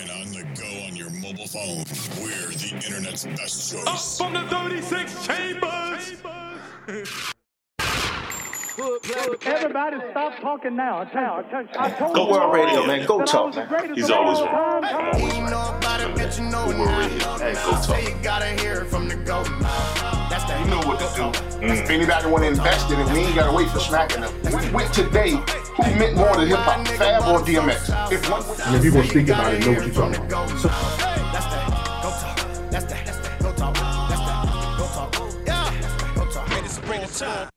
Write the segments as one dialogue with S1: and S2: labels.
S1: Go on your mobile phone. We're the internet's best choice.
S2: Up from the 36 chambers.
S3: Everybody stop talking now. I tell, I tell, I told
S4: Go
S3: you
S4: World Radio,
S3: already
S4: man. Go
S3: that I
S4: talk,
S3: was the
S4: man.
S3: greatest
S2: He's
S3: of
S2: always
S3: all
S2: wrong.
S3: time.
S2: I'm always
S5: You
S2: right.
S5: know about it, bitch, you know
S2: Go
S5: it
S2: World
S5: now.
S2: Radio. Hey, go
S5: Now,
S2: talk.
S5: say you gotta hear it from the goat mouth. That's the
S6: You know what to do.
S4: Mm.
S6: If anybody want to invest in it, we ain't gotta wait for smacking them. With, with today, who meant more to hip hop, Fab or DMX? If one,
S7: And if people speak about it, know what you're talking about.
S5: That's the go talk. That's the that's the go talk. That's the go talk. Yeah, go talk. Ready to bring the time.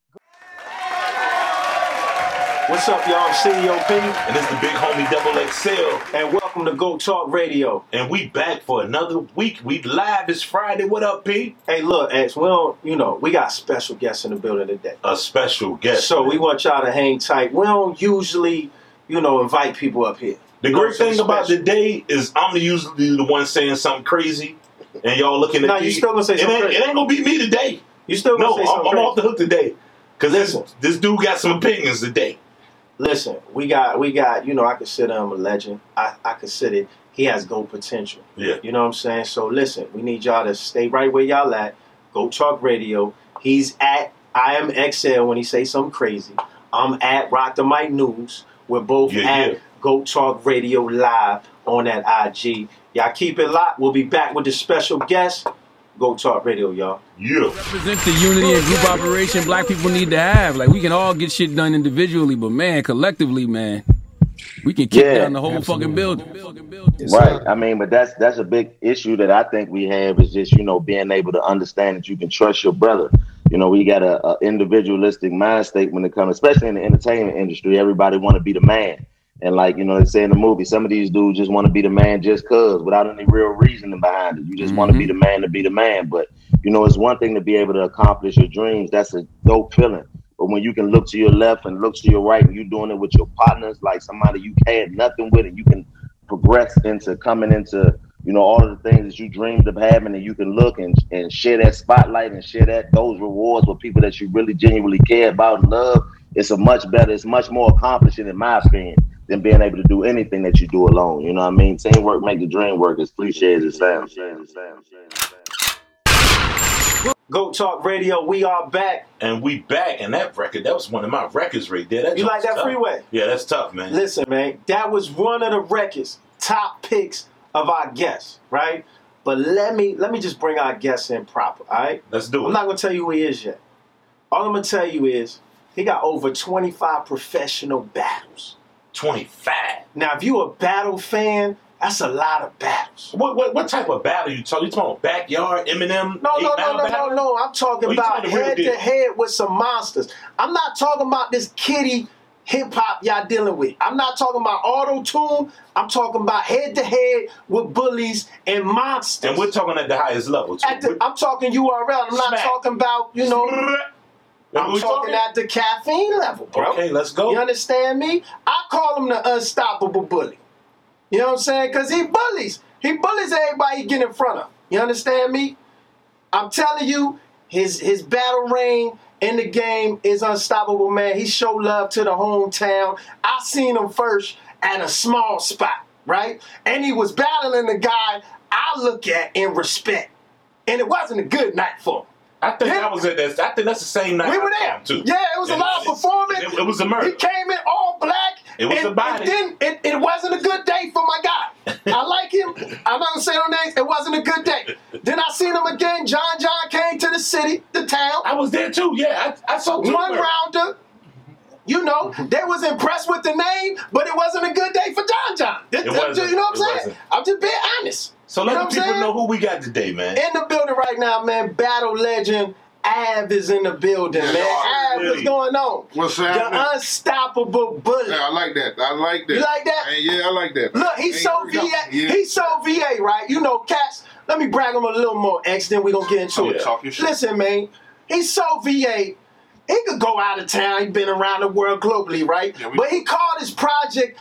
S4: What's up, y'all? I'm CEO Penny,
S2: And it's the big homie Double XL.
S4: and welcome to Go Talk Radio.
S2: And we back for another week. We live. It's Friday. What up, P?
S4: Hey, look, X, we don't, you know, we got special guests in the building today.
S2: A special guest.
S4: So we want y'all to hang tight. We don't usually, you know, invite people up here.
S2: The
S4: You know
S2: great
S4: what I'm
S2: thing
S4: saying?
S2: about
S4: Special.
S2: today is I'm usually the one saying something crazy, and y'all looking at
S4: Nah,
S2: me.
S4: you still gonna say
S2: it
S4: something
S2: ain't,
S4: crazy.
S2: It ain't gonna be me today.
S4: you still gonna
S2: No,
S4: say
S2: I'm,
S4: something
S2: I'm
S4: crazy?
S2: off the hook today because this
S4: Listen.
S2: this dude got some opinions today.
S4: Listen, we got, we got, you know, I consider him a legend. I, I consider he has gold potential.
S2: Yeah.
S4: You know what I'm saying? So listen, we need y'all to stay right where y'all at. Go Talk Radio. He's at I am XL when he say something crazy. I'm at Rock the Mic News. We're both
S2: Yeah,
S4: at
S2: yeah.
S4: Go Talk Radio live on that IG. Y'all keep it locked. We'll be back with the special guest. Go Talk Radio, y'all.
S2: Yeah.
S8: represents the unity and group operation black people need to have. Like we can all get shit done individually, but man, collectively, man, we can kick
S9: Yeah,
S8: down the whole fucking building.
S9: Right. I mean, but that's that's a big issue that I think we have is just you know being able to understand that you can trust your brother. You know, we got a, a individualistic mind state when it comes, especially in the entertainment industry. Everybody want to be the man, and like you know they say in the movie, some of these dudes just want to be the man just cause, without any real reasoning behind it. You just want to be the man to be the man. But you know, it's one thing to be able to accomplish your dreams. That's a dope feeling. But when you can look to your left and look to your right, and you doing it with your partners, like somebody you had nothing with, and you can progress into coming into you know all of the things that you dreamed of having and you can look and, and share that spotlight and share that those rewards with people that you really genuinely care about and love it's a much better it's much more accomplishing in my opinion than being able to do anything that you do alone you know what i mean teamwork make the dream work as cliche as it sounds
S4: Go Talk Radio. We are back.
S2: And we back, and that record, that was one of my records right there. That
S4: You
S2: joint's
S4: like that
S2: tough.
S4: freeway?
S2: Yeah, that's tough, man.
S4: Listen, man, that was one of the records, top picks of our guests, right? But let me let me just bring our guests in proper, all right?
S2: Let's do
S4: I'm
S2: it.
S4: not gonna tell you who he is yet. All I'm gonna tell you is he got over 25 professional battles.
S2: 25.
S4: Now, if you a battle fan, that's a lot of battles.
S2: What, what what type of battle you talking? You talking about backyard Eminem?
S4: No,
S2: eight
S4: no, no,
S2: battle
S4: no, no,
S2: battle?
S4: no. I'm talking
S2: Oh, you
S4: about
S2: talking real
S4: head to
S2: deal.
S4: head with some monsters. I'm not talking about this kitty hip hop y'all dealing with. I'm not talking about auto tune. I'm talking about head to head with bullies and monsters.
S2: And we're talking at the highest level. Too.
S4: At the- I'm talking URL. I'm not
S2: Smack.
S4: talking about you know. I'm
S2: we
S4: talking, at the caffeine level, bro.
S2: Okay, let's go.
S4: You understand me? I call him the unstoppable bully. You know what I'm saying? Because he bullies. He bullies everybody he get in front of. You understand me? I'm telling you, his his battle reign in the game is unstoppable, man. He show love to the hometown. I seen him first at a small spot, right? And he was battling the guy I look at and respect. And it wasn't a good night for him.
S2: I think
S4: Yeah.
S2: I was at that. I think that's the same night.
S4: We were
S2: I
S4: there.
S2: came Too.
S4: Yeah, it was a
S2: And
S4: live
S2: it's-
S4: performance.
S2: It, it was a
S4: He
S2: murder.
S4: came in all black.
S2: It was
S4: and,
S2: a body.
S4: And then it, it wasn't a good day for my guy. I like him. I'm not gonna say no names. It wasn't a good day. then I seen him again. John John came to the city, the town.
S2: I was there too. Yeah, I, I saw two
S4: One
S2: murders.
S4: rounder. You know, they was impressed with the name, but it wasn't a good day for John John. This-
S2: It
S4: I'm just-
S2: wasn't.
S4: you know what I'm
S2: It
S4: saying?
S2: wasn't.
S4: I'm just being honest.
S2: So
S4: You
S2: let
S4: know
S2: the
S4: what I'm
S2: people
S4: saying?
S2: know who we got today, man.
S4: in the building right now, man. Battle legend Av is in the building, man.
S2: Yeah,
S4: Av, what's
S2: really.
S4: going on?
S6: What's happening?
S4: The unstoppable bully.
S6: I like that. I like that.
S4: You like that?
S6: Hey, yeah, I like that.
S4: Look, he's
S6: Hey,
S4: so
S6: here we
S4: VA.
S6: go. Yeah.
S4: He's so VA, right? You know, cats. Let me brag him a little more, X. Then we gonna get into
S2: Oh,
S6: yeah.
S4: it.
S6: Talk your shit.
S4: Listen, man. He's so VA. He could go out of town. He's been around the world globally, right?
S6: Yeah, we-
S4: but he called his project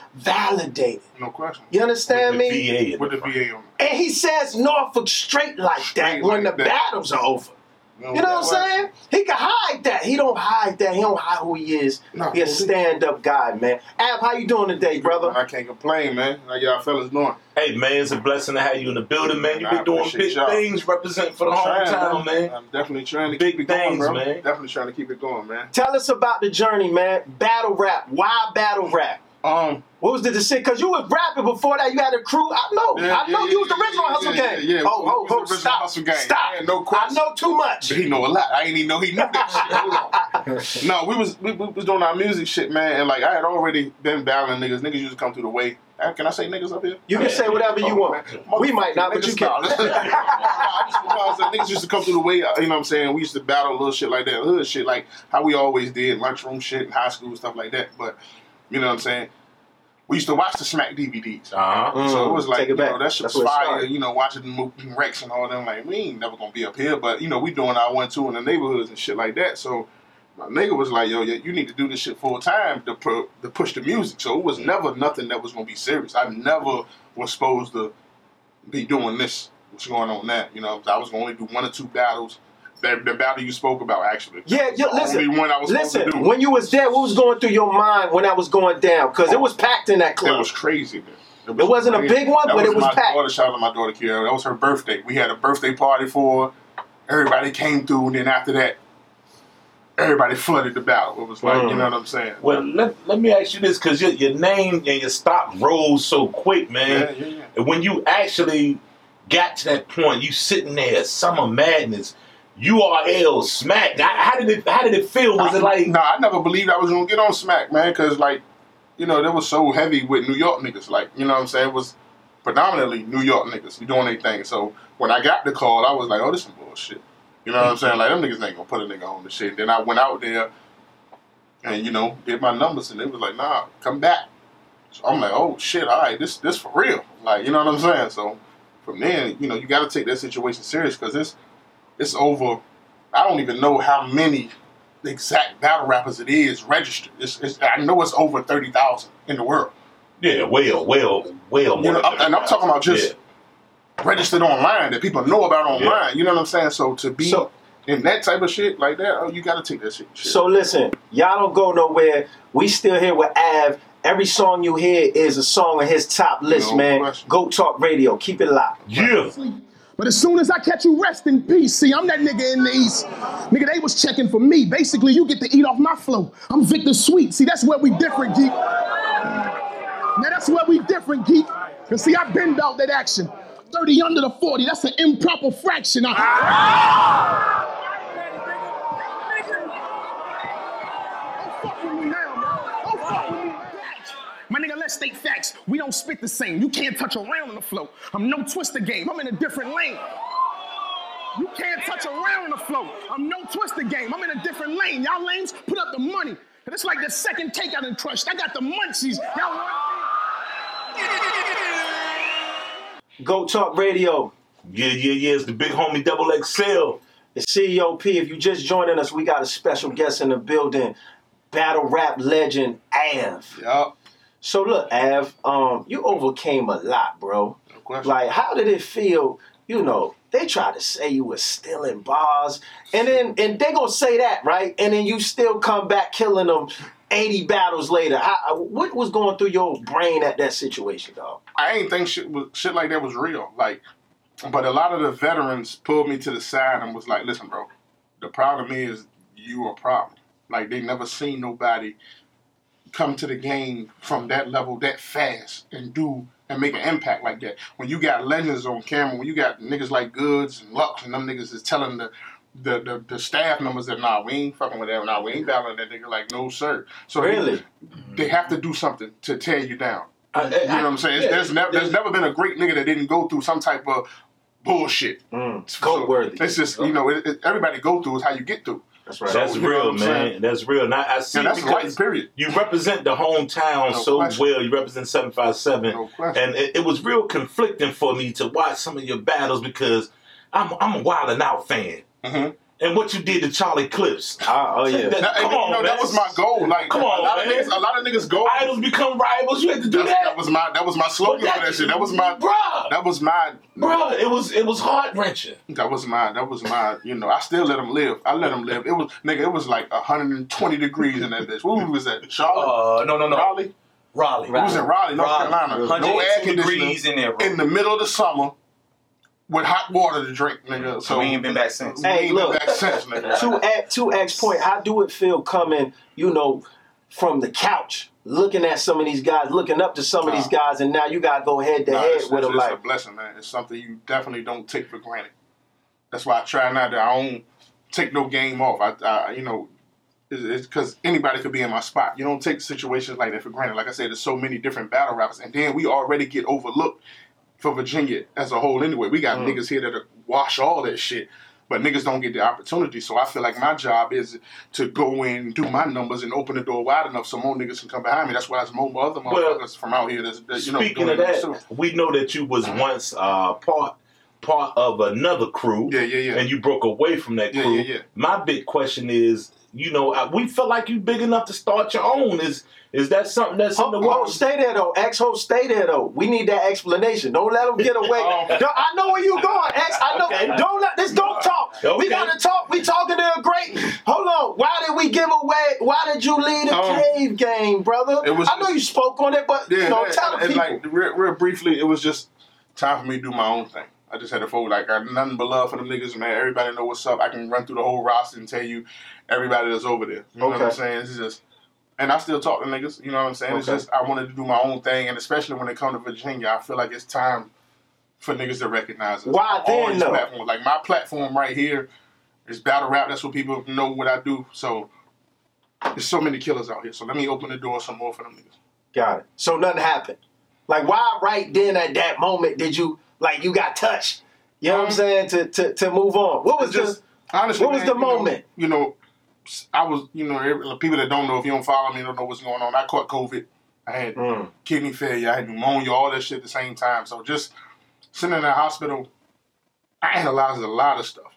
S4: validated.
S6: No question.
S4: You understand
S2: the
S4: me?
S2: VA.
S6: With the VA on.
S4: And he says Norfolk straight like that
S6: Straight
S4: when
S6: like
S4: the
S6: that.
S4: battles are over. You know what I'm saying? He can hide that. He don't hide that. He don't hide who he is.
S6: No.
S4: He a stand up guy, man. Ab, how you doing today, brother?
S6: I can't complain, man. How y'all fellas doing?
S2: Hey man, it's a blessing to have you in the building, man. You've
S6: I
S2: been doing
S6: appreciate
S2: big
S6: y'all.
S2: things, representing for the
S6: Trying,
S2: hometown,
S6: bro.
S2: man.
S6: I'm definitely trying to
S2: Big
S6: keep it
S2: things,
S6: going, bro.
S2: man.
S6: Definitely trying to keep it going, man.
S4: Tell us about the journey, man. Battle rap. Why battle rap?
S6: Um,
S4: What was the decision? Because you was rapping before that. You had a crew. I know.
S6: Yeah,
S4: I know
S6: yeah,
S4: you was the
S6: yeah,
S4: original
S6: yeah,
S4: hustle
S6: yeah,
S4: gang.
S6: yeah, yeah.
S4: Oh,
S6: We
S4: oh,
S6: was the
S4: oh,
S6: original
S4: stop.
S6: Hustle Gang.
S4: Stop.
S6: Yeah, no
S4: I
S6: question.
S4: know too much.
S6: he know a lot. I didn't even know he knew that shit. Hold on. No, we was we, we was doing our music shit, man, and like I had already been battling niggas. Niggas used to come through the way. Uh, Can I say niggas up here?
S4: You can say whatever you want. We might not, but you
S6: Niggas- no,
S4: can.
S6: I just- no, I said niggas used to come through the way. uh, You know what I'm saying? We used to battle little shit like that, hood shit, like how we always did, lunchroom shit, in high school stuff like that. But you know what I'm saying? We used to watch the Smack DVDs.
S2: Uh-huh.
S6: So it was like,
S4: Mm, Take it
S6: you know,
S4: back.
S6: that shit
S4: That's
S6: was
S4: where it
S6: fire,
S4: started.
S6: you know, watching the movie Rex and all them. Like, we ain't never gonna be up here, but, you know, we doing our one, two in the neighborhoods and shit like that. So my nigga was like, yo, yeah, you need to do this shit full time to, pu- to push the music. So it
S4: Mm.
S6: was never nothing that was gonna be serious. I never was supposed to be doing this, what's going on now. You know, I was gonna only do one or two battles. That, the battle you spoke about, actually.
S4: Yeah, yeah,
S6: The
S4: listen.
S6: Only one I was supposed to
S4: Listen,
S6: do.
S4: when you was there, what was going through your mind when I was going down? Because it was packed in that
S6: It
S4: club.
S6: was crazy, man.
S4: It wasn't a big one,
S6: That
S4: but it was
S6: my
S4: packed.
S6: Daughter, shout out to my daughter Kiara. That was her birthday. We had a birthday party for her. Everybody came through, and then after that, everybody flooded the battle. It was like, you know what I'm saying?
S2: Mm. Well, let, let me ask you this, because your, your name and your stock rose so quick,
S6: Yeah,
S2: man.
S6: yeah, yeah.
S2: And when you actually got to that point, you sitting there, summer madness, URL smacked. How, how did it? How did it feel? Was it like?
S6: No, I never believed I was gonna get on Smack, man, because like, you know, they was so heavy with New York niggas. Like, you know what I'm saying? It was predominantly New York niggas doing their thing. So when I got the call, I was like, oh, this some bullshit. You know what I'm saying? Like them niggas ain't gonna put a nigga on the shit. Then I went out there and you know did my numbers, and they was like, nah, come back. So I'm like, oh shit, all right, this this for real. Like, you know what I'm saying? So from then, you know, you got to take that situation serious because it's it's over. I don't even know how many exact battle rappers it is registered. It's, it's I know it's over thirty thousand in the world
S2: Yeah, well, well, well. more
S6: You know,
S2: than
S6: I'm- and I'm talking about just
S2: Yeah.
S6: registered online that people know about online.
S2: Yeah.
S6: You know what I'm saying? So to be
S4: So-
S6: in that type of shit like that, oh, you got to take that shit. shit.
S4: So listen, y'all don't go nowhere. We still here with Av. Every song you hear is a song on his top list,
S6: No
S4: man.
S6: question.
S4: Go Talk Radio. Keep it locked.
S2: yeah.
S7: But as soon as I catch you, rest in peace. See, I'm that nigga in the East. Nigga, they was checking for me. Basically, you get to eat off my flow. I'm Victor Sweet. See, that's where we different, geek. Now, that's where we different, geek. Because, see, I've been out that action. 30 under the 40, that's an improper fraction. I- Don't fuck with me now, man. Don't fuck with me now. My nigga, let's state facts. We don't spit the same. You can't touch around on the flow. I'm no twister game. I'm in a different lane. You can't touch around on the flow. I'm no twister game. I'm in a different lane. Y'all lanes, put up the money. And it's like the second take I done crushed. I got the munchies. Y'all
S4: Go Talk Radio.
S2: Yeah, yeah, yeah. It's the big homie Double XL.
S4: The CEOP, if you just joining us, we got a special guest in the building. Battle rap legend Av.
S6: Yup.
S4: So look, Av, um, you overcame a lot, bro.
S6: No question.
S4: Like, how did it feel? You know, they try to say you was stealing bars, and then and they gonna say that, right? And then you still come back killing them. 80 battles later, how, uh, what was going through your brain at that situation, dog?
S6: I ain't think shit was shit like that was real. Like, but a lot of the veterans pulled me to the side and was like, "Listen, bro, the problem is you a problem. Like, they never seen nobody come to the game from that level that fast and do and make an impact like that. When you got legends on camera, when you got niggas like Goods and Lux and them niggas is telling the the, the, the staff members that nah we ain't fucking with that nah we ain't battling that nigga like no sir so they-
S4: Really?
S6: they, have to do something to tear you down
S2: I- I-
S6: you know what I'm saying
S2: yeah.
S6: there's never
S4: Mm.
S6: there's never been a great nigga that didn't go through some type of bullshit
S4: Goat-worthy.
S6: it's just you know it, it- everybody go through is how you get through
S4: That's right. Oh,
S2: That's
S6: you know what
S2: real,
S6: I'm
S2: man.
S6: saying?
S2: That's real. And I, I see
S6: and that's right
S2: because
S6: period
S2: you represent the hometown
S6: No
S2: so
S6: question.
S2: well. You represent seven five
S6: No
S2: seven,
S6: question.
S2: and it, it was real
S6: Mm-hmm.
S2: conflicting for me to watch some of your battles because I'm I'm a Wild and Out fan. and what you did to Charlie Clips.
S4: Ah, oh yeah.
S2: That-
S6: That,
S2: come
S6: and, you
S2: on,
S6: know,
S2: man.
S6: that was my goal. Like
S2: Come on,
S6: a lot
S2: man.
S6: of niggas, a lot of niggas goal.
S2: Idols become rivals. You had to do
S6: That,
S2: that.
S6: that was my that was my slogan for that shit. That was my
S2: bruh.
S6: that was my
S2: bruh, it was it was heart wrenching.
S6: That was my, that was my, you know, I still let him live. I let him live. It was, nigga, it was like 120 degrees in that bitch. Where we was at? Charlotte?
S10: Uh, no, no, no.
S6: Raleigh?
S10: Raleigh.
S6: We was in Raleigh, North
S10: Raleigh.
S6: Carolina. No air
S10: 102
S6: conditioning.
S10: degrees in there, bro.
S6: in the middle of the summer with hot water to drink, nigga. So
S10: we ain't been back since.
S6: we ain't
S4: Hey,
S6: been
S4: look.
S6: back since, nigga.
S4: to at to X point, how do it feel coming, you know, from the couch, looking at some of these guys, looking up to some of these guys, and now you gotta go head to
S6: Nah,
S4: head
S6: it's,
S4: with
S6: it's-
S4: them
S6: it's a
S4: like
S6: blessing, man. It's something you definitely don't take for granted. That's why I try not to. I don't take no game off. I, I you know, it's because anybody could be in my spot. You don't take situations like that for granted. Like I said, there's so many different battle rappers, and then we already get overlooked for Virginia as a whole. Anyway, we got niggas here that wash all that shit. But niggas don't get the opportunity, so I feel like my job is to go in, do my numbers, and open the door wide enough so more niggas can come behind me. That's why there's more other motherfuckers from out here that's, that you know
S2: Speaking
S6: doing
S2: of
S6: this
S2: that,
S6: too.
S2: we know that you was once uh, part part of another crew.
S6: Yeah, yeah, yeah.
S2: And you broke away from that
S6: Yeah,
S2: crew.
S6: yeah, yeah.
S2: My big question is, you know, I, we feel like you big enough to start your own. Is is that something that's in the
S6: Oh,
S4: Ho, ho,
S2: world?
S4: stay there though. X ho, stay there though. We need that explanation. Don't let them get away.
S6: Okay.
S4: Yo, I know where you going, X. I know.
S2: Okay.
S4: Don't let this. Don't talk.
S2: Okay.
S4: We gotta talk. We talking to a great. Hold on. Why did we give away? Why did you leave the
S6: Um,
S4: cave game, brother?
S6: it was
S4: I know
S6: just-
S4: you spoke on it, but
S6: Yeah,
S4: you know,
S6: that-
S4: tell the
S6: and
S4: people.
S6: like real, real briefly, it was just time for me to do my own thing. I just had to fold. Like I got nothing but love for them niggas, man. Everybody know what's up. I can run through the whole roster and tell you everybody that's over there. You know what I'm
S4: Okay.
S6: saying? It's just, and I still talk to niggas. You know what I'm saying? It's
S4: Okay.
S6: just I wanted to do my own thing, and especially when it comes to Virginia, I feel like it's time for niggas to recognize us.
S4: Why
S6: on all
S4: then,
S6: these
S4: though?
S6: platforms. Like my platform right here is battle rap. That's what people know what I do. So. There's so many killers out here, so let me open the door some more for them niggas.
S4: Got it. So nothing happened. Like why right then at that moment did you like you got touched? You know what I'm
S6: Um,
S2: Mm-hmm.
S4: saying? To to to move on. What was
S6: It's just
S4: just
S6: honestly.
S4: what was
S6: man,
S4: the
S6: you know,
S4: moment?
S6: you know, I was you know every- people that don't know if you don't follow me don't know what's going on. I caught COVID. I had
S4: Mm.
S6: kidney failure. I had pneumonia. All that shit at the same time. So just sitting in the hospital, I analyzed a lot of stuff,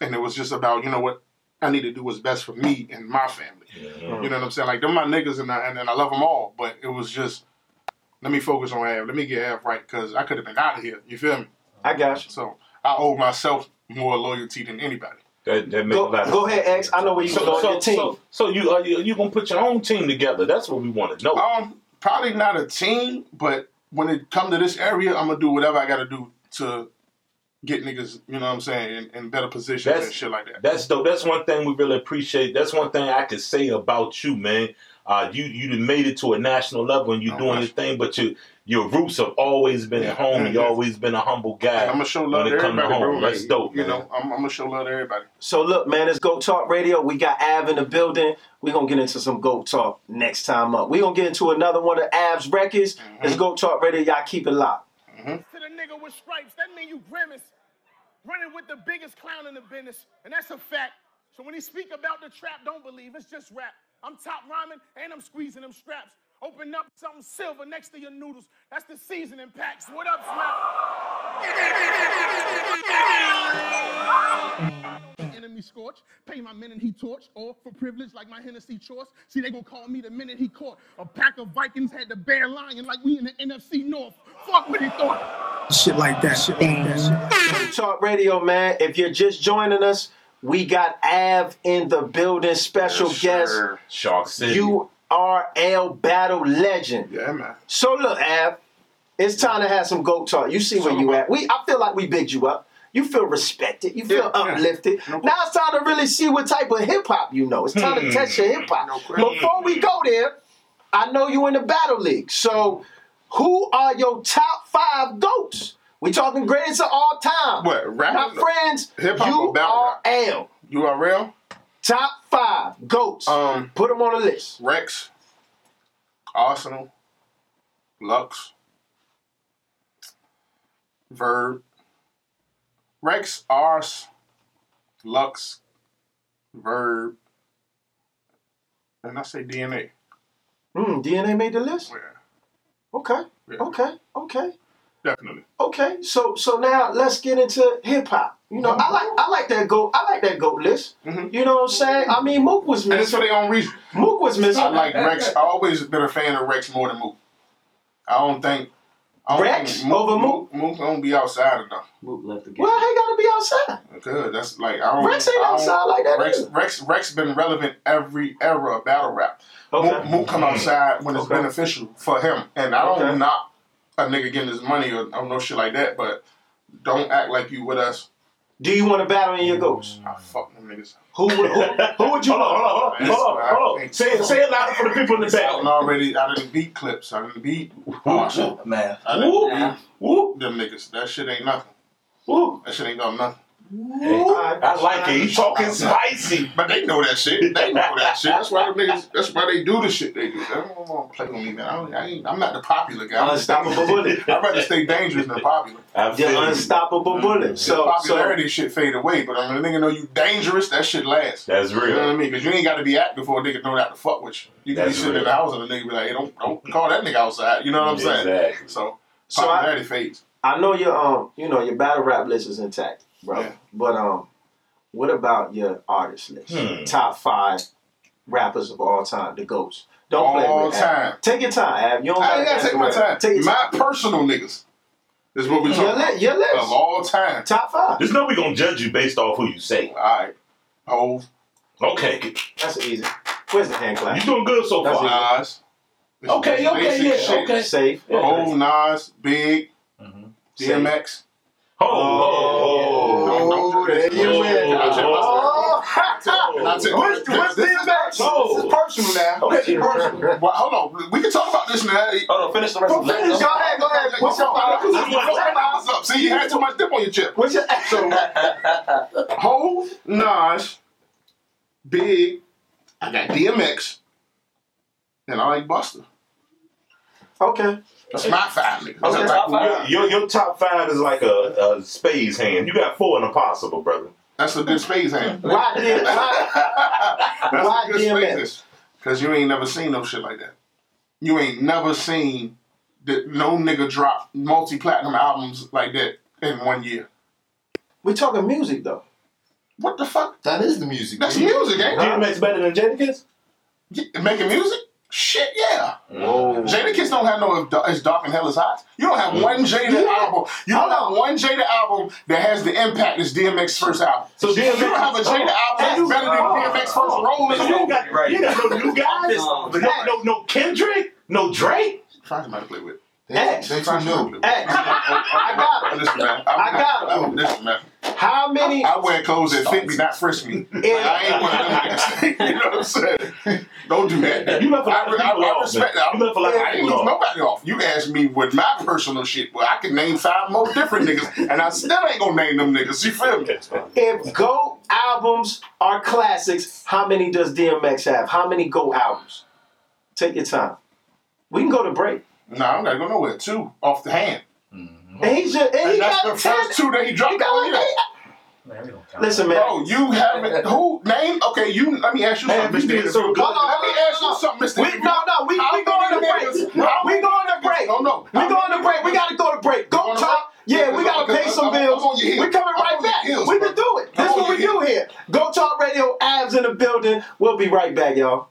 S6: and it was just about you know what I need to do what's best for me and my family. You know what I'm saying? Like they're my niggas, and I, and, and I love them all. But it was just let me focus on Av. Let me get Av right because I could have been out of here. You feel me?
S4: I got you.
S6: So I owe myself more loyalty than anybody.
S2: That, that makes
S4: Go,
S2: a lot of
S4: go ahead, X. I know where you
S2: So,
S4: going on
S2: so,
S4: your team.
S2: so, so you are you, you gonna put your own team together? That's what we want to know.
S6: Um, probably not a team, but when it come to this area, I'm gonna do whatever I gotta do to get niggas, you know what I'm saying, in, in better positions
S2: That's-
S6: and shit like that.
S2: That's dope. That's one thing we really appreciate. That's one thing I could say about you, man. Uh, you you done made it to a national level and you're
S6: Oh,
S2: doing
S6: gosh.
S2: this thing, but your your roots have always been at home.
S6: yeah,
S2: you
S6: yeah.
S2: always been a humble guy.
S6: And I'm gonna show love
S2: when
S6: to
S2: it come
S6: everybody,
S2: to
S6: bro.
S2: home. That's
S6: Like,
S2: dope,
S6: You
S2: man.
S6: know, I'm, I'm gonna show love to everybody.
S4: So look, man, it's Go Talk Radio. We got Av in the building. We're gonna get into some Go Talk next time up. We're gonna get into another one of Av's records.
S2: Mm-hmm.
S4: It's Go Talk Radio. Y'all keep it locked.
S7: To the nigga with stripes, that mean you grimace. Running with the biggest clown in the business, and that's a fact. So when he speak about the trap, don't believe, it's just rap. I'm top rhyming and I'm squeezing them straps. Open up something silver next to your noodles. That's the seasoning packs. What up, Smile? Enemy scorch, pay my men and he torch, or for privilege like my Hennessy choice. See, they gonna call me the minute he caught. A pack of Vikings had the bear lion like we in the NFC North. Fuck what he thought.
S5: Shit like that. Shit like that. Shit like that.
S4: Talk Radio, man. If you're just joining us, we got Av in the building. Special guest,
S6: Sure.
S2: Shark City.
S4: URL battle legend.
S6: Yeah, man.
S4: So look, Av, it's time to have some goat talk. You see where you at. We, I feel like we bigged you up. You feel respected. You feel
S6: Yeah, yeah.
S4: uplifted.
S6: No
S4: now it's time to really see what type of hip hop you know. It's time to test your hip hop.
S6: Hmm. No question.
S4: Before we go there, I know you in the battle league. So, who are your top five goats? We talking greatest of all time.
S6: What, rap?
S4: My friends,
S6: Hip hop or battle rap?
S4: URL.
S6: You are real?
S4: Top five goats.
S6: Um,
S4: Put them on the list.
S6: Rex, Arsenal, Lux, Verb, Rex, Ars, Lux, Verb, and I say DNA.
S4: Mm, Hmm, DNA made the list.
S6: Yeah.
S4: Okay.
S6: Yeah.
S4: Okay. Okay.
S6: Definitely.
S4: Okay, so so now let's get into hip hop. You know, I like I like that go I like that goat list.
S2: Mm-hmm.
S4: You know what I'm saying? I mean, Mook was
S6: And it's
S4: missing.
S6: for their own reason.
S4: Mook was missing.
S6: I like Rex. I always been a fan of Rex more than Mook. I don't think. I don't
S4: Rex
S6: think Mook,
S4: over Mook?
S6: Mook. Mook don't be outside enough.
S10: Mook left the game.
S4: Well, he gotta be outside.
S6: Good. That's like I don't.
S4: Rex ain't
S6: I don't-
S4: outside like that
S6: Rex,
S4: either.
S6: Rex, Rex been relevant every era of battle rap. Mook, Mook come outside when it's
S4: Okay.
S6: beneficial for him, and I don't
S4: Okay.
S6: knock a nigga getting his money or, or no shit like that. But don't act like you with us.
S4: Do you want to battle in your goats?
S6: I fuck them niggas.
S4: Who would who, who would you?
S2: Hold on, hold on, hold on, hold on, hold on. Say it, say it louder for the people in the
S6: I done
S2: back.
S6: already. I didn't beat clips. I didn't beat. Marshall.
S10: Man.
S6: I didn't
S2: Whoop, whoop,
S6: beat them niggas. That shit ain't nothing.
S2: whoop.
S6: That shit ain't done nothing.
S2: I like it. He talking spicy.
S6: But they know that shit. They know that shit. That's why them niggas. That's why they do the shit they do. They don't want to play with me, man. I don't, I ain't, I'm not the popular guy. I'm
S4: Unstoppable bullet.
S6: I'd rather stay dangerous than popular.
S2: I
S4: The
S2: you.
S4: unstoppable bullet.
S6: The
S4: So so
S6: popularity shit fade away, but I mean, a nigga know you dangerous. That shit lasts.
S2: That's
S6: You know what I
S2: real.
S6: mean? Because you ain't got to be active for a nigga know not to fuck with you. You can be
S2: That's
S6: sitting in
S2: real.
S6: the house and a nigga be like, hey, don't don't call that nigga outside. You know what I'm saying?
S2: Exactly.
S6: So
S4: So I-
S6: popularity fades.
S4: I know your um you know your battle rap list is intact, bro.
S6: Yeah.
S4: But um, what about your artist list?
S2: Hmm.
S4: Top five rappers of all time, the goats. Don't play
S6: All
S4: with Ab.
S6: time.
S4: Take your time, Ab. You don't
S6: I ain't
S4: gotta
S6: gotta take my
S4: answer
S6: time.
S4: that. Take your
S6: My personal niggas is what we
S4: time. Your,
S6: talking
S4: li- your
S6: about of
S4: list.
S6: all time.
S4: Top five.
S2: There's no we gonna judge you based off who you say.
S6: All right, Hov,
S2: Okay,
S4: That's easy. Where's the hand
S2: you
S4: clap?
S2: doing good so
S4: That's
S2: far.
S6: Nas. This
S2: Okay,
S6: is
S2: okay,
S6: basic
S2: yeah,
S6: shit.
S2: okay.
S4: Safe.
S6: Hov, Nas, Big,
S4: Safe.
S6: DMX.
S2: Oh, oh, oh.
S6: Oh, there
S2: you went.
S4: Oh,
S6: What's
S4: DMX?
S2: Oh.
S6: personal now.
S2: Okay.
S6: Well, hold on. We can talk about this now.
S10: Hold on, finish the rest of the
S6: Go ahead, go ahead. What's your eyes up? See, you had too much dip on your chip.
S4: What's your
S6: So, Hov, Nas, Big, I got DMX, and I like Buster.
S4: Okay.
S6: That's my five niggas.
S4: Okay.
S6: That's, like,
S2: Your, your, your top five is like a, a spades hand. You got four in a possible, brother.
S6: that's a good space hand.
S4: Why did why,
S6: That's
S4: Why
S6: a good
S4: DMX?
S6: spaces. Cause you ain't never seen no shit like that. You ain't never seen that no nigga drop multi platinum albums like that in one year.
S4: we talking music though?
S6: What the fuck?
S10: That is the music.
S6: That's music, ain't it?
S2: DMX better than Jadakiss?
S6: Yeah, Making music? Shit, yeah.
S4: Whoa.
S6: Jada Kiss don't have no if da- it's dark and hell is hot. You don't have one Jada album. You don't have one Jada album that has the impact as DMX's first album.
S2: So DMX
S6: you don't have a Jada album that's better than DMX's first roll.
S2: So you don't got, you ain't got no new guys?
S10: Um,
S2: no, no, no Kendrick? No Drake?
S6: Try somebody to play with.
S10: They, they too
S6: Try somebody to play
S10: new.
S6: with.
S4: Hey,
S6: I got it. Listen, man. I
S4: got
S6: it. Listen, man.
S4: how many
S6: I wear clothes that fit me, not frisk me. Like, I ain't one of them niggas. you know what I'm saying? Don't do that.
S2: You left a lot
S6: I,
S2: of
S6: I,
S2: people
S6: I
S2: off,
S6: respect
S2: man.
S6: that.
S2: You left a lot of
S6: I ain't
S2: people
S6: lose
S2: off.
S6: nobody off. You asked me with my personal shit. Well, I can name five more different niggas, and I still ain't gonna name them niggas. You feel me?
S4: if Go albums are classics, how many does DMX have? How many Go albums? Take your time. We can go to break.
S6: Nah, I'm not gonna go nowhere. Two off the hand.
S4: And he just and he
S6: And that's
S4: got
S6: the
S4: ten.
S6: first two that he dropped.
S4: he got
S6: all
S4: like
S6: year.
S4: eight. Listen, man.
S6: Bro, you haven't who name? Okay, you. Let me ask you
S2: Man,
S6: something,
S2: Mr.
S6: Mr.
S2: Is so
S6: Hold
S2: good.
S6: on, let me ask you something, Mr.
S4: We, no, no, we,
S6: How
S4: we going to
S6: many
S4: break.
S6: niggas- how
S4: We
S6: many
S4: going to break.
S6: No, no.
S4: We
S6: How
S4: going to
S6: many
S4: break. We
S6: niggas-
S4: got to go to break.
S6: I'm
S4: Go
S6: on the
S4: talk.
S6: break?
S4: Yeah, we
S6: Because
S4: got to
S6: I'm-
S4: pay some
S6: I'm- I'm
S4: bills.
S6: on your
S4: We
S6: heels.
S4: coming
S6: I'm
S4: right
S6: on your
S4: back.
S6: heels,
S4: We
S6: bro.
S4: can do it.
S6: I'm
S4: This
S6: on
S4: what we
S6: your
S4: do here. Go Talk Radio, abs in the building. We'll be right back, y'all.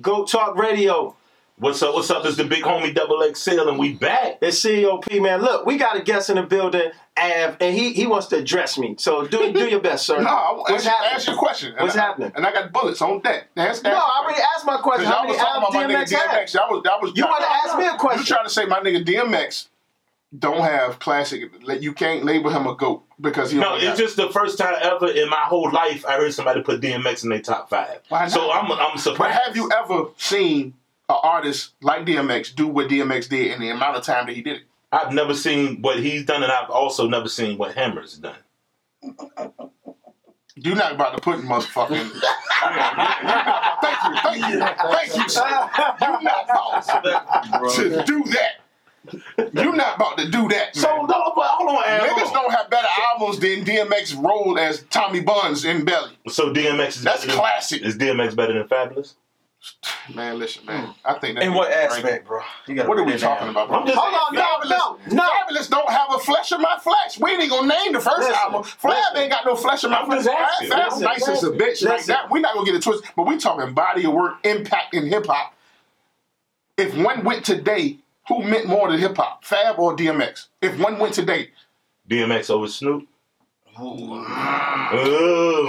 S4: Go Talk Radio.
S2: What's up? What's up? It's the big homie Double XL, and we back.
S4: It's COP, man. Look, we got a guest in the building, Av, and he, he wants to address me. So do do your best, sir.
S6: No, I want ask,
S4: What's happening?
S6: ask you a question. And
S4: What's
S6: I-
S4: happening?
S6: And I got bullets on deck. Ask,
S4: No,
S6: ask
S4: I already asked my question.
S6: Because
S4: How
S6: y'all was
S4: many
S6: talking
S4: albums
S6: about my nigga
S4: DMX had?
S6: DMX. Y'all was, y'all was,
S4: You want to ask me a
S6: You
S4: question?
S6: trying to say my nigga DMX don't have classic? like, You can't label him a goat because he.
S2: No,
S6: only
S2: it's
S6: got-
S2: just the first time ever in my whole life I heard somebody put DMX in their top five.
S6: Why not?
S2: So I'm I'm
S6: But
S2: surprised.
S6: have you ever seen an artist like DMX do what DMX did in the amount of time that he did it?
S2: I've never seen what he's done, and I've also never seen what Hammer's done.
S6: You're not about to put motherfucking. thank you, thank you, thank you, sir. You're not about to do that. You're not about to do that.
S2: So
S6: man.
S2: no, but hold on, Al.
S6: Niggas don't have better albums than DMX rolled as Tommy Buns in Belly.
S2: So DMX is
S6: That's
S2: better than-
S6: classic.
S2: Is DMX better than Fabulous?
S6: Man, listen, man. I think that
S10: In what
S6: nigga-
S10: aspect, bro? You gotta
S6: What are
S10: break
S6: we
S10: that
S6: talking
S10: down.
S6: about?
S2: I'm just
S6: Hold
S2: saying,
S6: on, no, no, no. Fabulous don't have a flesh of my flesh. We ain't gonna name the first
S4: Listen,
S6: album. Flab ain't got no flesh of my
S2: I'm
S6: flesh.
S2: just asking.
S6: Fab- Fab
S4: Listen,
S6: nice as a
S4: listen,
S6: bitch like
S4: listen.
S6: that. We're not gonna get it twisted, but we talking body of work, impact in hip hop. If one went today, who meant more to hip hop, Fab or DMX? If one went today,
S2: DMX over Snoop. Ooh.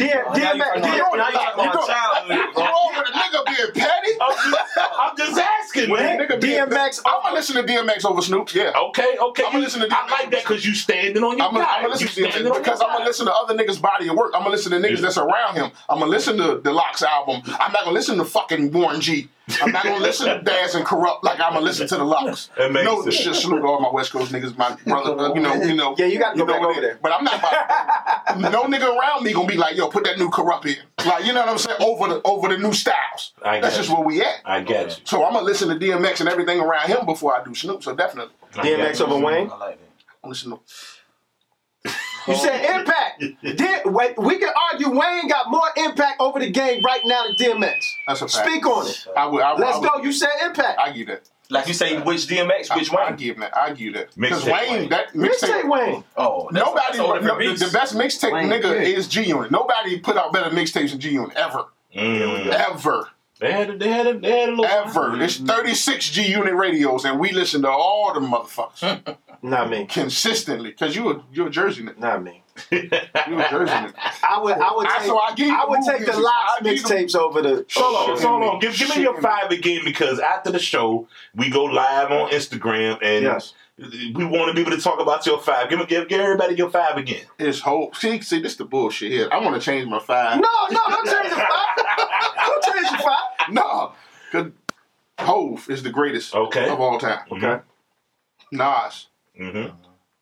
S10: Now you
S4: DMX,
S10: talking about- now you
S4: DMX,
S10: talking about childhood,
S6: you
S10: bro.
S6: wrong with a nigga being petty?
S2: I'm just, I'm just asking, man.
S6: Nigga being-
S4: DMX
S6: I'm gonna listen to DMX over Snoop. Yeah,
S2: Okay, okay.
S6: I'ma listen to
S2: I
S6: DMX.
S2: like that because you standing on your
S6: I'm gonna, I'm
S2: guy.
S6: gonna
S2: You
S6: listen to
S2: standing
S6: DMX
S2: on
S6: because
S2: your
S6: I'm gonna
S2: guy.
S6: listen to other niggas' body of work. I'm gonna listen to niggas
S2: Yeah.
S6: that's around him. I'm gonna listen to the Locks album. I'm not gonna listen to fucking Warren G. I'm not gonna listen to Daz and Corrupt like I'm gonna listen to the Locks.
S2: That makes
S6: No,
S2: sense.
S6: shit, salute to all my West Coast niggas, my brother. uh, you know, you know.
S4: Yeah, you gotta go
S6: know
S4: back
S6: what
S4: over
S6: it-
S4: there.
S6: But I'm not. About, no nigga around me gonna be like, yo, put that new Corrupt in. Like, you know what I'm saying? Over the over the new styles.
S2: I
S6: That's
S2: get
S6: just
S2: it.
S6: where we at.
S2: I get you.
S6: So I'm gonna listen to DMX and everything around him before I do Snoop. So definitely,
S2: I get
S4: DMX
S2: you.
S4: over Wayne.
S10: I like that.
S6: I'm listening. To,
S4: You said impact. Did, wait, we can argue Wayne got more impact over the game right now than DMX.
S6: That's a fact.
S4: Speak on it.
S6: I would. I would I
S4: Let's
S6: would-
S4: go. You said impact.
S6: I give that.
S10: Like you say, which DMX, which
S6: I, I
S10: one?
S6: give that. I give that. Because
S2: Mixtape
S6: Wayne,
S2: Wayne.
S6: that
S4: Mixtape
S6: mixtape.
S4: Wayne.
S10: Oh, that's,
S6: Nobody,
S10: that's all
S6: no,
S10: different
S6: the,
S10: beats.
S6: the best mixtape
S4: Wayne,
S6: nigga
S4: yeah.
S6: is G Unit. Nobody put out better mixtapes than G Unit ever,
S2: Mm.
S6: ever,
S2: They had, a, they had, a, they had a little.
S6: ever. It's
S4: Mm.
S6: thirty six G Unit radios, and we listen to all the motherfuckers
S4: Not me.
S6: consistently. Cause you a you a Jersey nigga.
S4: Not me.
S6: You a Jersey nigga.
S4: I would. I would
S6: I-
S4: take.
S6: so I
S4: I,
S6: give you
S4: would
S6: the
S4: take the
S6: movies.
S4: locks
S6: I give you the- Oh,
S4: mixtapes over the.
S2: Hold on,
S6: Shit.
S2: hold on. Give, give me your five again because after the show we go live on Instagram and
S4: Yes.
S2: we want to be able to talk about your five. Give, give, give everybody your five again.
S6: It's whole. See, see, this the bullshit here. I want to change my five.
S4: No, no, don't change the five. Don't change the five.
S6: no. Cause Hove is the greatest
S2: Okay.
S6: of all time.
S2: Okay.
S6: Nas,
S2: Mm-hmm.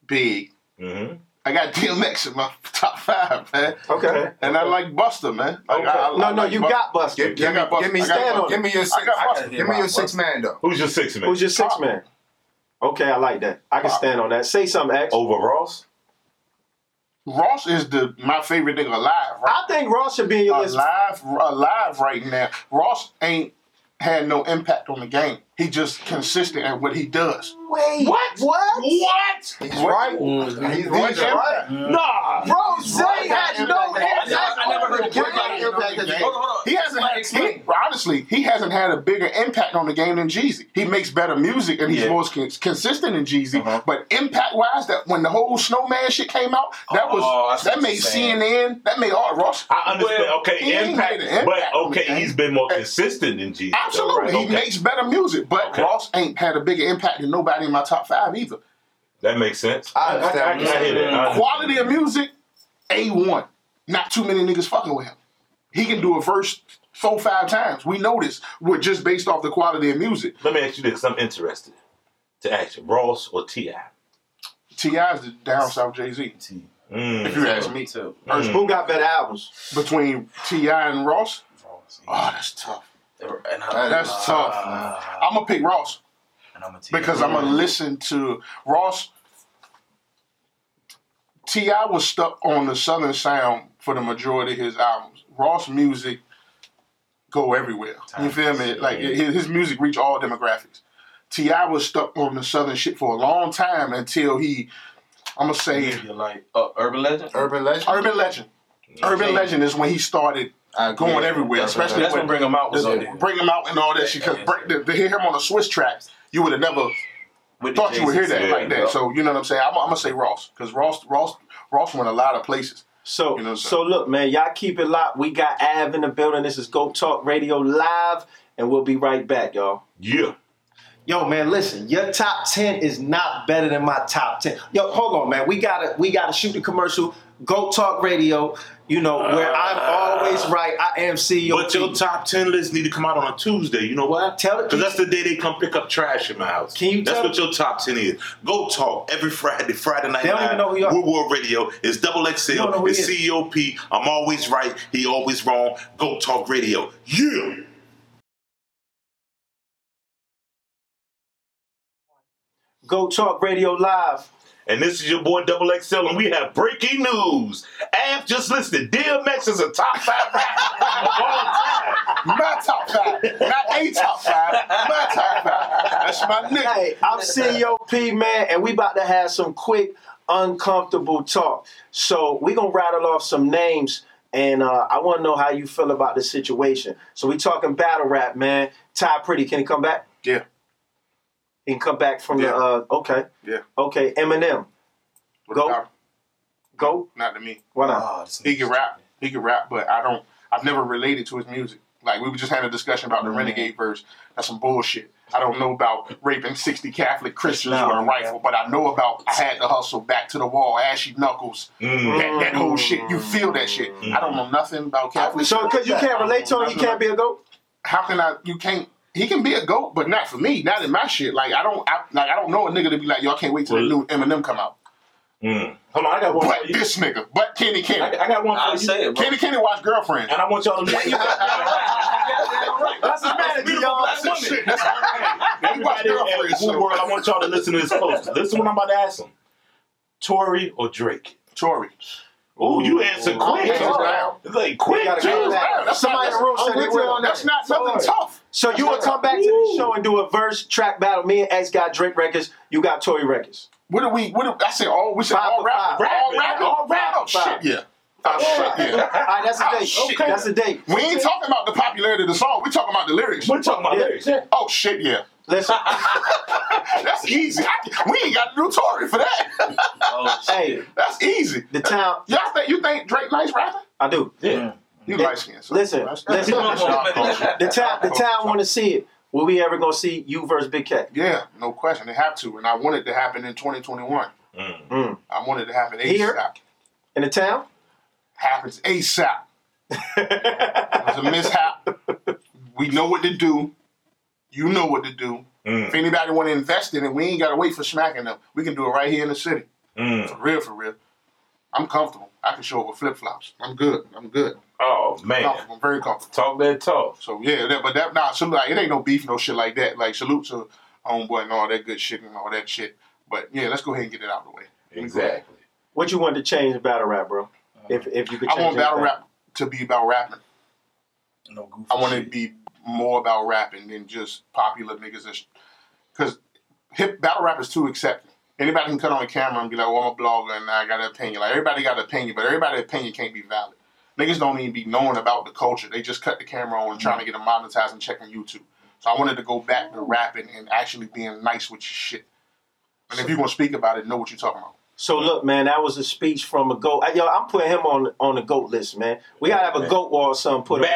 S6: Big,
S2: Mm-hmm.
S6: I got DMX in my top five, man.
S4: Okay.
S6: And I like Buster, man. Like, I, I, I
S4: No, no,
S6: like
S4: you
S6: Bus-
S4: got Buster.
S6: Give, give, me,
S4: give me- stand on it.
S10: Give me your
S6: I
S10: six.
S6: got Buster.
S10: Give me your six man though.
S2: Who's your six man?
S4: Who's your six man? Okay, I like that. I can stand on that. Say something, X.
S2: Over Ross?
S6: Ross is the my favorite nigga alive,
S4: I
S6: right?
S4: think Ross should be in your list.
S6: alive, alive right now. Ross ain't had no impact on the game. He just consistent at what he does.
S4: Wait, what? What?
S2: What?
S10: He's right.
S6: He's
S10: right, you're
S6: impact.
S2: Nah.
S4: Bro, Zay had no
S10: I never-
S4: impact.
S10: I never heard
S4: on
S10: of
S4: the
S10: Drake
S4: game.
S10: like impact as a- Hold on, hold on.
S6: He hasn't had he, honestly. He hasn't had a bigger impact on the game than Jeezy. He makes better music and he's
S10: Yeah.
S6: more con- consistent than Jeezy.
S10: Uh-huh.
S6: But impact wise, that when the whole Snowman shit came out, that
S10: Oh, I
S6: was
S10: see
S6: that
S10: what
S6: made
S10: you're saying.
S6: CNN. That made all Ross.
S2: I understand.
S10: Well,
S6: he
S2: okay,
S6: ain't
S2: impact,
S6: made an impact
S2: But
S6: on
S2: okay,
S6: the game.
S2: he's been more consistent than Jesus.
S6: Absolutely,
S2: Right?
S6: he
S2: Okay.
S6: makes better music. But
S2: Okay.
S6: Ross ain't had a bigger impact than nobody in my top five either.
S2: that makes sense.
S10: I
S2: I,
S10: understand.
S2: I hear that. I
S6: Quality of music, a one. Not too many niggas fucking with him. He can do a verse four five times. We know this. We're just based off the quality of music.
S2: Let me ask you this. I'm interested to ask you, Ross or Ti?
S6: Ti is the down south Jay Z. If
S2: Mm.
S6: you ask me,
S10: too.
S4: Who got better albums?
S6: between Ti and Ross, oh, that's tough. That's tough. I'm gonna pick Ross because I'm gonna listen to Ross. Ti was stuck on the Southern sound for the majority of his albums. Ross music go everywhere. You feel me? Like his, his music reach all demographics. Ti was stuck on the Southern shit for a long time until he, I'm gonna say,
S10: like uh, urban legend.
S11: Urban legend.
S6: Urban Legend. Urban Legend is when he started
S10: I
S6: going
S10: agree.
S6: everywhere,
S10: That's
S6: especially
S10: that's
S6: when-
S10: when bring him out was on there.
S6: bring him out and all that shit. Because
S10: Yeah, yeah,
S6: to, to hear him on the Swiss track, you would have never
S10: With the
S6: thought you would hear
S10: Jay-Z
S6: that
S10: shit.
S6: like that. So you know what I'm saying. I'm, I'm gonna say Ross because Ross, Ross, Ross went a lot of places.
S4: So,
S6: You know what I'm
S4: so look, man, y'all keep it locked. We got Av in the building. This is Go Talk Radio Live, and we'll be right back, y'all.
S2: Yeah.
S4: Yo, man, listen, your top ten is not better than my top ten. Yo, hold on, man. We gotta we gotta shoot the commercial. Go Talk Radio, you know, where I'm always right. I am E CEO.
S2: Uh, But your top ten list need to come out on a Tuesday. You know why?
S4: Tell it-
S2: because that's the day they come pick up trash in my house.
S4: Can you
S2: that's
S4: tell-
S2: what your top ten is. Go talk every Friday, Friday night.
S4: They don't
S2: Live,
S4: even know who you are.
S2: World War Radio. It's double XL.
S4: don't know who
S2: It's
S4: he
S2: COP. I'm always right. He always wrong. Go talk radio. Yeah.
S4: Go Talk Radio Live.
S2: and this is your boy Double XL, and we have breaking news. Av just listed DMX is a top five rapper of all time.
S6: My top five, not a top five, my top five. That's my nigga.
S4: Hey, I'm COP man, and we about to have some quick, uncomfortable talk. So we gonna rattle off some names, and uh, I want to know how you feel about the situation. So we talking battle rap, man. Ty Pretty, can he come back?
S6: Yeah,
S4: He can come back from the.
S6: Yeah.
S4: Uh, okay,
S6: yeah.
S4: okay. Eminem,
S6: But
S4: Go.
S6: Not,
S4: go.
S6: not to me.
S4: Why not?
S10: Oh, this
S6: He can rap. He can rap, but I don't. I've never related to his music. Like we were just had a discussion about the
S4: Mm.
S6: renegade verse. That's some bullshit. I don't know about raping sixty Catholic Christians
S10: Islam,
S6: with a rifle, but I know about I had to hustle back to the wall, ashy knuckles, that,
S2: Mm-hmm.
S6: that whole shit. You feel that shit. I don't know nothing about Catholic.
S4: So because you can't relate to him, you
S6: Nothing
S4: can't be a goat.
S6: how can I? You can't. He can be a goat, but not for me. Not in my shit. Like I don't. I, like I don't know a nigga to be like, y'all can't wait till the new Eminem come out.
S2: Mm. Hold on, I got one
S6: But
S2: for you.
S6: this nigga, but Kenny
S2: I,
S6: Kenny,
S2: I got one for
S10: I'll
S2: you.
S10: say it, bro.
S6: Kenny Kenny watch girlfriend.
S2: And I want y'all to listen. That's a
S6: That's
S2: beautiful black
S6: That's
S2: woman.
S6: shit. That's
S2: Everybody
S6: Girlfriend,
S2: at Food
S6: so-
S2: World, I want y'all to listen to this close. Listen what I'm about to ask them. Tory or Drake?
S6: Tory.
S2: Oh, you answered quick.
S6: hands down.
S2: It's like quick,
S4: gotta
S2: too.
S4: go
S2: Wow,
S4: back.
S2: that's
S4: Somebody
S2: not-
S4: in the room said
S2: I'm
S4: they
S2: with you
S4: will.
S2: on that.
S6: That's not nothing
S4: Tory.
S6: tough.
S4: So you will come back to the show and do a verse track battle. Me and X got Drake records. You got Tory records.
S6: What do we? What do I say? All we said
S4: Five
S6: all
S4: for
S6: rap,
S4: five.
S6: all rap, all rap. Oh,
S4: Five.
S6: shit, yeah. Oh, shit, yeah.
S4: All right, that's the
S6: Oh,
S4: date.
S6: shit.
S4: That's the date.
S6: We ain't talking about the popularity of the song. We talking about the lyrics.
S2: We're talking about
S4: Yeah.
S2: lyrics.
S6: Oh shit, yeah.
S4: Listen,
S6: That's easy. I, we ain't got to do Tory for that.
S2: Oh,
S4: hey,
S6: That's easy.
S4: the town.
S6: Y'all think you think Drake likes rapping?
S4: I do.
S2: Yeah.
S6: You light skinned. So
S4: Listen,
S6: that's-
S4: listen.
S6: that's-
S4: The town. The town want to see it. Will we ever gonna see you versus Big Cat?
S6: Yeah, no question. They have to, and I want it to happen in 2021.
S4: Mm.
S6: I want it to happen ASAP.
S4: Here? In the town?
S6: Happens ASAP. it was a mishap. We know what to do. You know what to do.
S2: Mm,
S6: If anybody want to invest in it, we ain't got to wait for smacking them. We can do it right here in the city.
S2: mm.
S6: For real, for real. I'm comfortable. I can show up with flip flops. I'm good. I'm good.
S2: Oh, man.
S6: Comfortable. I'm very comfortable.
S2: Talk that talk.
S6: So yeah, that, but that nah, salute, like, it ain't no beef, no shit like that. Like salute to homeboy and all that good shit and all that shit. But yeah, let's go ahead and get it out of the way.
S2: Exactly.
S4: What you want to change in battle rap, bro? If if you could change
S6: I want battle
S4: anything.
S6: rap to be about rapping.
S10: No goofy
S6: I want it to
S10: shit.
S6: be more about rapping than just popular niggas. Because hip battle rap is too accepting. Anybody can cut on a camera and be like, "Well, I'm a blogger and I got an opinion." Like everybody got an opinion, but everybody's opinion can't be valid. Niggas don't even be knowing about the culture. They just cut the camera on and trying to get them monetized and checking YouTube. So I wanted to go back to rapping and actually being nice with your shit. And if you're gonna speak about it, know what you're talking about.
S4: So look, man, that was a speech from a goat. Yo, I'm putting him on on the goat list, man. We gotta have a goat wall, or something put him.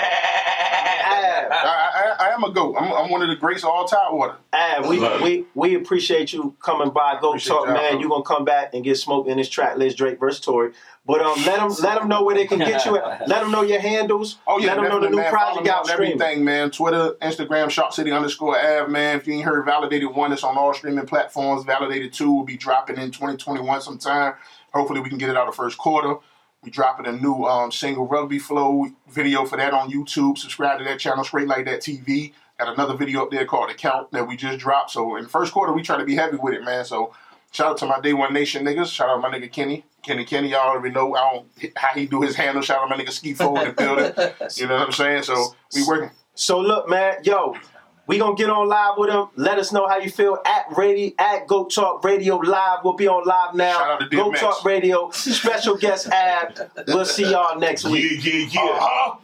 S4: Ab,
S6: I, I, I am a goat. I'm, I'm one of the greats of all time water.
S4: Ab, we,
S2: Love it.
S4: we we appreciate you coming by. Goat
S6: Appreciate
S4: talk,
S6: y'all,
S4: man.
S6: bro.
S4: You gonna come back and get smoked in this track list, Drake versus Tory. But um, let them let them know where they can get you at. Let them know your handles.
S6: Oh yeah,
S4: let them know the
S6: definitely,
S4: new
S6: man. Follow
S4: project
S6: me
S4: out
S6: on
S4: streaming.
S6: everything, man. Twitter, Instagram, Shop City underscore Av, man. If you ain't heard Validated One, it's on all streaming platforms. Validated Two will be dropping in 2021 sometime. Hopefully, we can get it out the first quarter. We dropping a new um, single Rugby Flow video for that on YouTube. Subscribe to that channel, Straight Like That TV. Got another video up there called Account that we just dropped. So in the first quarter, we try to be heavy with it, man. So shout out to my Day One Nation niggas. Shout out my nigga Kenny. Kenny Kenny, y'all already know I don't, how he do his handle. Shout out my nigga Ski Fo in the building. You know what I'm saying? So we working.
S4: So look, man, yo, we gonna get on live with him. Let us know how you feel at radio at Go Talk Radio Live. We'll be on live now.
S6: Shout out to
S4: Go
S6: DMX.
S4: Talk Radio. Special guest Ab. We'll see y'all next
S2: Yeah,
S4: week.
S2: yeah, Uh-huh. yeah. Huh?